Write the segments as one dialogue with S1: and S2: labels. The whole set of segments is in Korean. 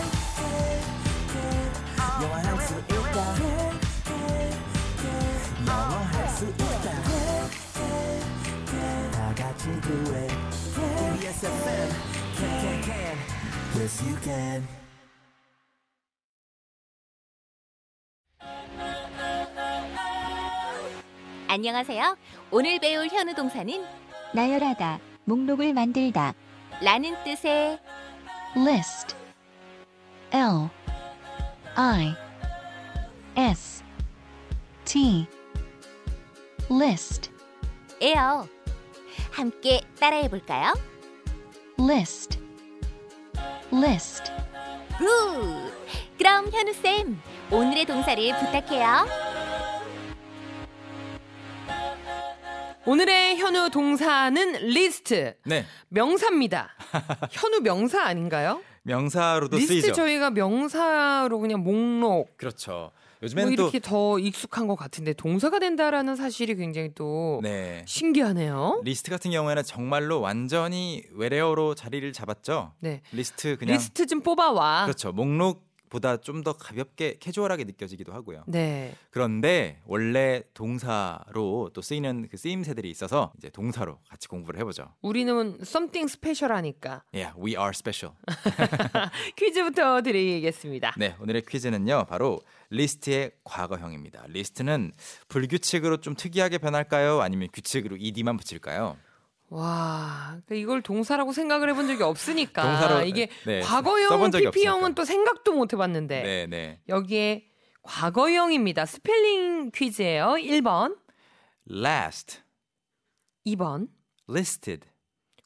S1: 영화할 수 있다 다 같이 do it KBS FM can can can yes you can
S2: 안녕하세요. 오늘 배울 현우 동사는
S3: 나열하다, 목록을 만들다,
S2: 라는 뜻의
S3: list, L, I, S, T, list,
S2: 에요. 함께 따라해 볼까요?
S3: list, list.
S2: 굿! 그럼 현우 쌤, 오늘의 동사를 부탁해요.
S4: 오늘의 현우 동사는 리스트
S5: 네.
S4: 명사입니다. 현우 명사 아닌가요?
S5: 명사로도
S4: 리스트
S5: 쓰이죠.
S4: 저희가 명사로 그냥 목록
S5: 그렇죠.
S4: 뭐
S5: 요즘에는
S4: 이렇게
S5: 또
S4: 더 익숙한 것 같은데 동사가 된다라는 사실이 굉장히 또
S5: 네.
S4: 신기하네요.
S5: 리스트 같은 경우에는 정말로 완전히 외래어로 자리를 잡았죠.
S4: 네.
S5: 리스트 그냥
S4: 리스트 좀 뽑아와.
S5: 그렇죠. 목록보다 좀 더 가볍게 캐주얼하게 느껴지기도 하고요.
S4: 네.
S5: 그런데 원래 동사로 또 쓰이는 그 쓰임새들이 있어서 이제 동사로 같이 공부를 해보죠.
S4: 우리는 something special 하니까
S5: Yeah, we are special.
S4: 퀴즈부터 드리겠습니다.
S5: 네, 오늘의 퀴즈는요. 바로 리스트의 과거형입니다. 리스트는 불규칙으로 좀 특이하게 변할까요? 아니면 규칙으로 ed만 붙일까요?
S4: 와, 그러니까 이걸 동사라고 생각을 해본 적이 없으니까
S5: 동사로,
S4: 이게
S5: 네,
S4: 과거형,
S5: 써본 적이
S4: PP형은
S5: 없으니까.
S4: 또 생각도 못 해봤는데
S5: 네, 네.
S4: 여기에 과거형입니다. 스펠링 퀴즈예요. 1번,
S5: last,
S4: 2번.
S5: listed,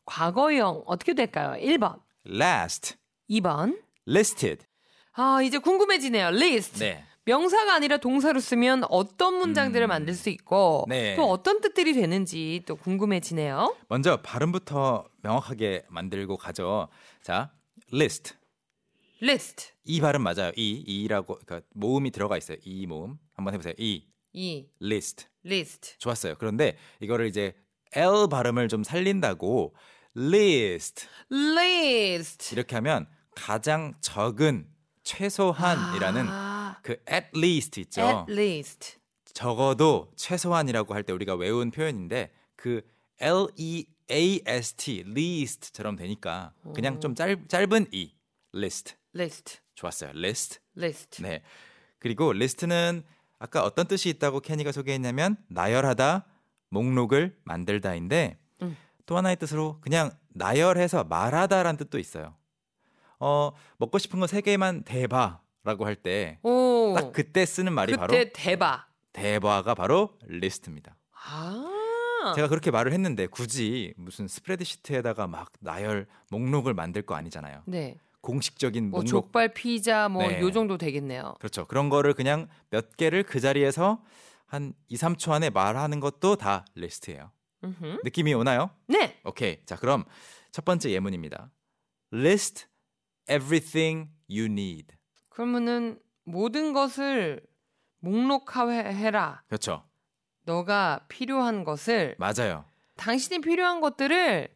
S4: 과거형 어떻게 될까요? 1번,
S5: last,
S4: 2번.
S5: listed.
S4: 아, 이제 궁금해지네요. 리스트.
S5: 네.
S4: 명사가 아니라 동사로 쓰면 어떤 문장들을 만들 수 있고
S5: 음. 네.
S4: 또 어떤 뜻들이 되는지 또 궁금해지네요.
S5: 먼저 발음부터 명확하게 만들고 가죠. 자, list.
S4: 리스트.
S5: 이 발음 맞아요. 이 이라고 그러니까 모음이 들어가 있어요. 이 모음. 한번 해 보세요. 이
S4: 이
S5: list.
S4: 리스트.
S5: 좋았어요. 그런데 이거를 이제 l 발음을 좀 살린다고 list
S4: 리스트.
S5: 이렇게 하면 가장 적은 최소한이라는
S4: 아,
S5: 그 at least 있죠.
S4: at least.
S5: 적어도 최소한이라고 할 때 우리가 외운 표현인데 그 L E A S T least처럼 되니까 그냥
S4: 음.
S5: 좀 짧, 짧은 E list
S4: 리스트.
S5: 좋았어요 list
S4: 리스트.
S5: 네 그리고 list는 아까 어떤 뜻이 있다고 케니가 소개했냐면 나열하다 목록을 만들다인데
S4: 음.
S5: 또 하나의 뜻으로 그냥 나열해서 말하다라는 뜻도 있어요 어 먹고 싶은 거 세 개만 대봐라고 할 때 딱
S4: 오.
S5: 그때 쓰는 말이
S4: 그때
S5: 바로
S4: 대박.
S5: 대바가 바로 리스트입니다.
S4: 아.
S5: 제가 그렇게 말을 했는데 굳이 무슨 스프레드시트에다가 막 나열 목록을 만들 거 아니잖아요.
S4: 네.
S5: 공식적인
S4: 뭐
S5: 목록
S4: 족발 피자 뭐
S5: 네.
S4: 요 정도 되겠네요.
S5: 그렇죠. 그런 거를 그냥 몇 개를 그 자리에서 한 2, 3초 안에 말하는 것도 다 리스트예요.
S4: 음흠.
S5: 느낌이 오나요?
S4: 네.
S5: 오케이. 자, 그럼 첫 번째 예문입니다. List everything you need.
S4: 그러면은 모든 것을 목록화해라.
S5: 그렇죠.
S4: 너가 필요한 것을
S5: 맞아요.
S4: 당신이 필요한 것들을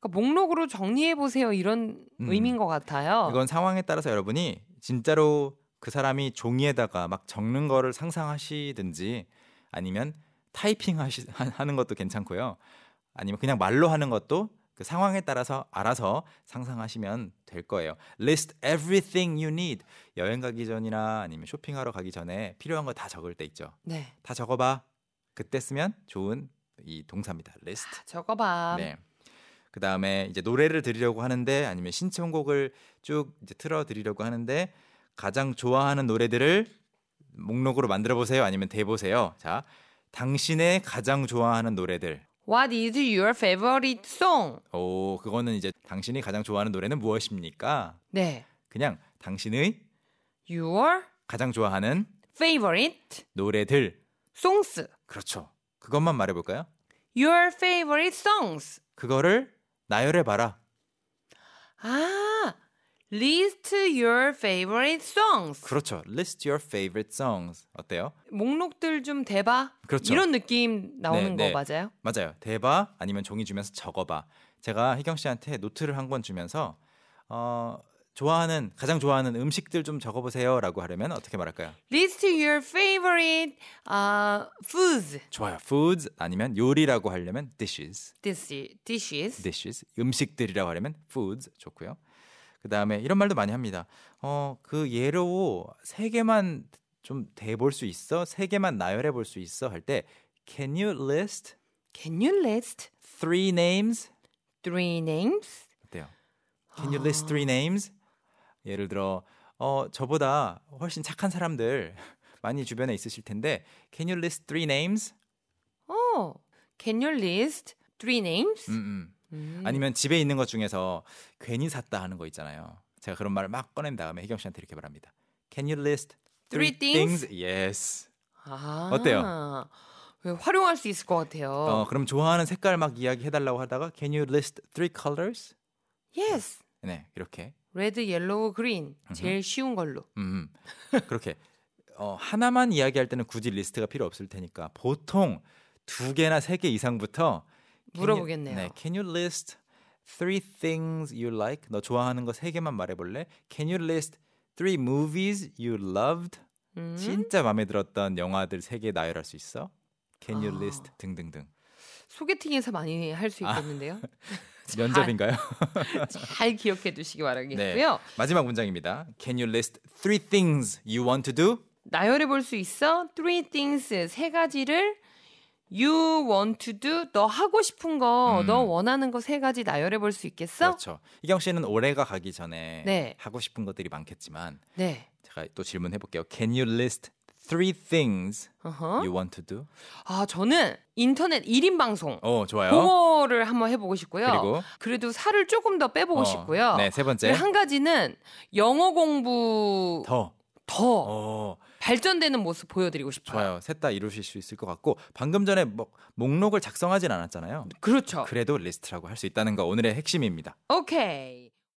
S4: 그러니까 목록으로 정리해 보세요. 이런
S5: 음.
S4: 의미인 것 같아요.
S5: 이건 상황에 따라서 여러분이 진짜로 그 사람이 종이에다가 막 적는 거를 상상하시든지 아니면 타이핑 하시, 하- 하는 것도 괜찮고요. 아니면 그냥 말로 하는 것도 그 상황에 따라서 알아서 상상하시면 될 거예요. List everything you need. 여행 가기 전이나 아니면 쇼핑하러 가기 전에 필요한 거 다 적을 때 있죠.
S4: 네.
S5: 다 적어봐. 그때 쓰면 좋은 이 동사입니다. List.
S4: 적어봐.
S5: 네. 그 다음에 이제 노래를 드리려고 하는데 아니면 신청곡을 쭉 이제 틀어 드리려고 하는데 가장 좋아하는 노래들을 목록으로 만들어 보세요. 아니면 대 보세요. 자, 당신의 가장 좋아하는 노래들.
S4: What is your favorite song?
S5: 오, 그거는 이제 당신이 가장 좋아하는 노래는 무엇입니까?
S4: 네.
S5: 그냥 당신의
S4: your
S5: 가장 좋아하는
S4: favorite
S5: 노래들.
S4: songs.
S5: 그렇죠. 그것만 말해볼까요?
S4: your favorite songs.
S5: 그거를 나열해봐라.
S4: 아, list your favorite songs.
S5: 그렇죠. List your favorite songs. 어때요?
S4: 목록들 좀 대봐.
S5: 그렇죠.
S4: 이런 느낌 나오는
S5: 네,
S4: 거
S5: 네.
S4: 맞아요?
S5: 맞아요. 대봐 아니면 종이 주면서 적어봐. 제가 희경 씨한테 노트를 한 권 주면서 어, 좋아하는 가장 좋아하는 음식들 좀 적어보세요라고 하려면 어떻게 말할까요?
S4: List your favorite uh, foods,
S5: 좋아요. Foods 아니면 요리라고 하려면 dishes,
S4: this dishes.
S5: dishes 음식들이라고 하려면 foods 좋고요. 그 다음에 이런 말도 많이 합니다. 어, 그 예로 세 개만 좀 대볼 수 있어, 세 개만 나열해 볼 수 있어 할 때 Can you list
S4: Can you list
S5: three names?
S4: three names?
S5: 어때요? Can you list three names? 예를 들어 어 저보다 훨씬 착한 사람들 많이 주변에 있으실 텐데 Can you list three names?
S4: 어, can you list three names?
S5: 음, 음.
S4: 음.
S5: 아니면 집에 있는 것 중에서 괜히 샀다 하는 거 있잖아요. 제가 그런 말을 막 꺼낸 다음에 혜경 씨한테 이렇게 말합니다. Can you list three,
S4: Three things?
S5: Yes.
S4: 아,
S5: 어때요?
S4: 왜 활용할 수 있을 것 같아요.
S5: 어 그럼 좋아하는 색깔 막 이야기해달라고 하다가 Can you list three colors?
S4: Yes,
S5: 네 이렇게
S4: red, yellow, green. 제일 쉬운 걸로.
S5: 음, 음. 그렇게 어, 하나만 이야기할 때는 굳이 리스트가 필요 없을 테니까 보통 두 개나 세 개 이상부터 can you-
S4: 물어보겠네요.
S5: 네, can you list three things you like? 너 좋아하는 거 세 개만 말해볼래? Can you list three movies you loved?
S4: 음.
S5: 진짜 마음에 들었던 영화들 세 개 나열할 수 있어? Can you
S4: 아.
S5: list 등등등
S4: 소개팅에서 많이 할
S5: 아.
S4: 수 있겠는데요.
S5: 면접인가요?
S4: 잘 기억해 두시기
S5: 네.
S4: 바라겠고요.
S5: 마지막 문장입니다. Can you list three things you want to do?
S4: 나열해 볼 수 있어. Three things 세 가지를 you want to do 너 하고 싶은 거,
S5: 음.
S4: 너 원하는 거 세 가지 나열해 볼 수 있겠어?
S5: 그렇죠. 이경 씨는 올해가 가기 전에
S4: 네.
S5: 하고 싶은 것들이 많겠지만
S4: 네.
S5: 제가 또 질문해 볼게요. Can you list three things
S4: 어허.
S5: you want to do?
S4: 아 저는 인터넷 1인 방송
S5: 어, 좋아요.
S4: 그거를 한번 해보고 싶고요.
S5: 그리고?
S4: 래도 살을 조금 더 빼보고
S5: 어,
S4: 싶고요.
S5: 네, 세 번째.
S4: 그리고 한 가지는 영어 공부 더,
S5: 더. 어,
S4: 발전되는 모습 보여드리고 싶어요.
S5: 좋아요. 셋 다 이루실 수 있을 것 같고 방금 전에 뭐, 목록을 작성하진 않았잖아요.
S4: 그렇죠.
S5: 그래도 리스트라고 할 수 있다는 거 오늘의 핵심입니다.
S4: 오케이.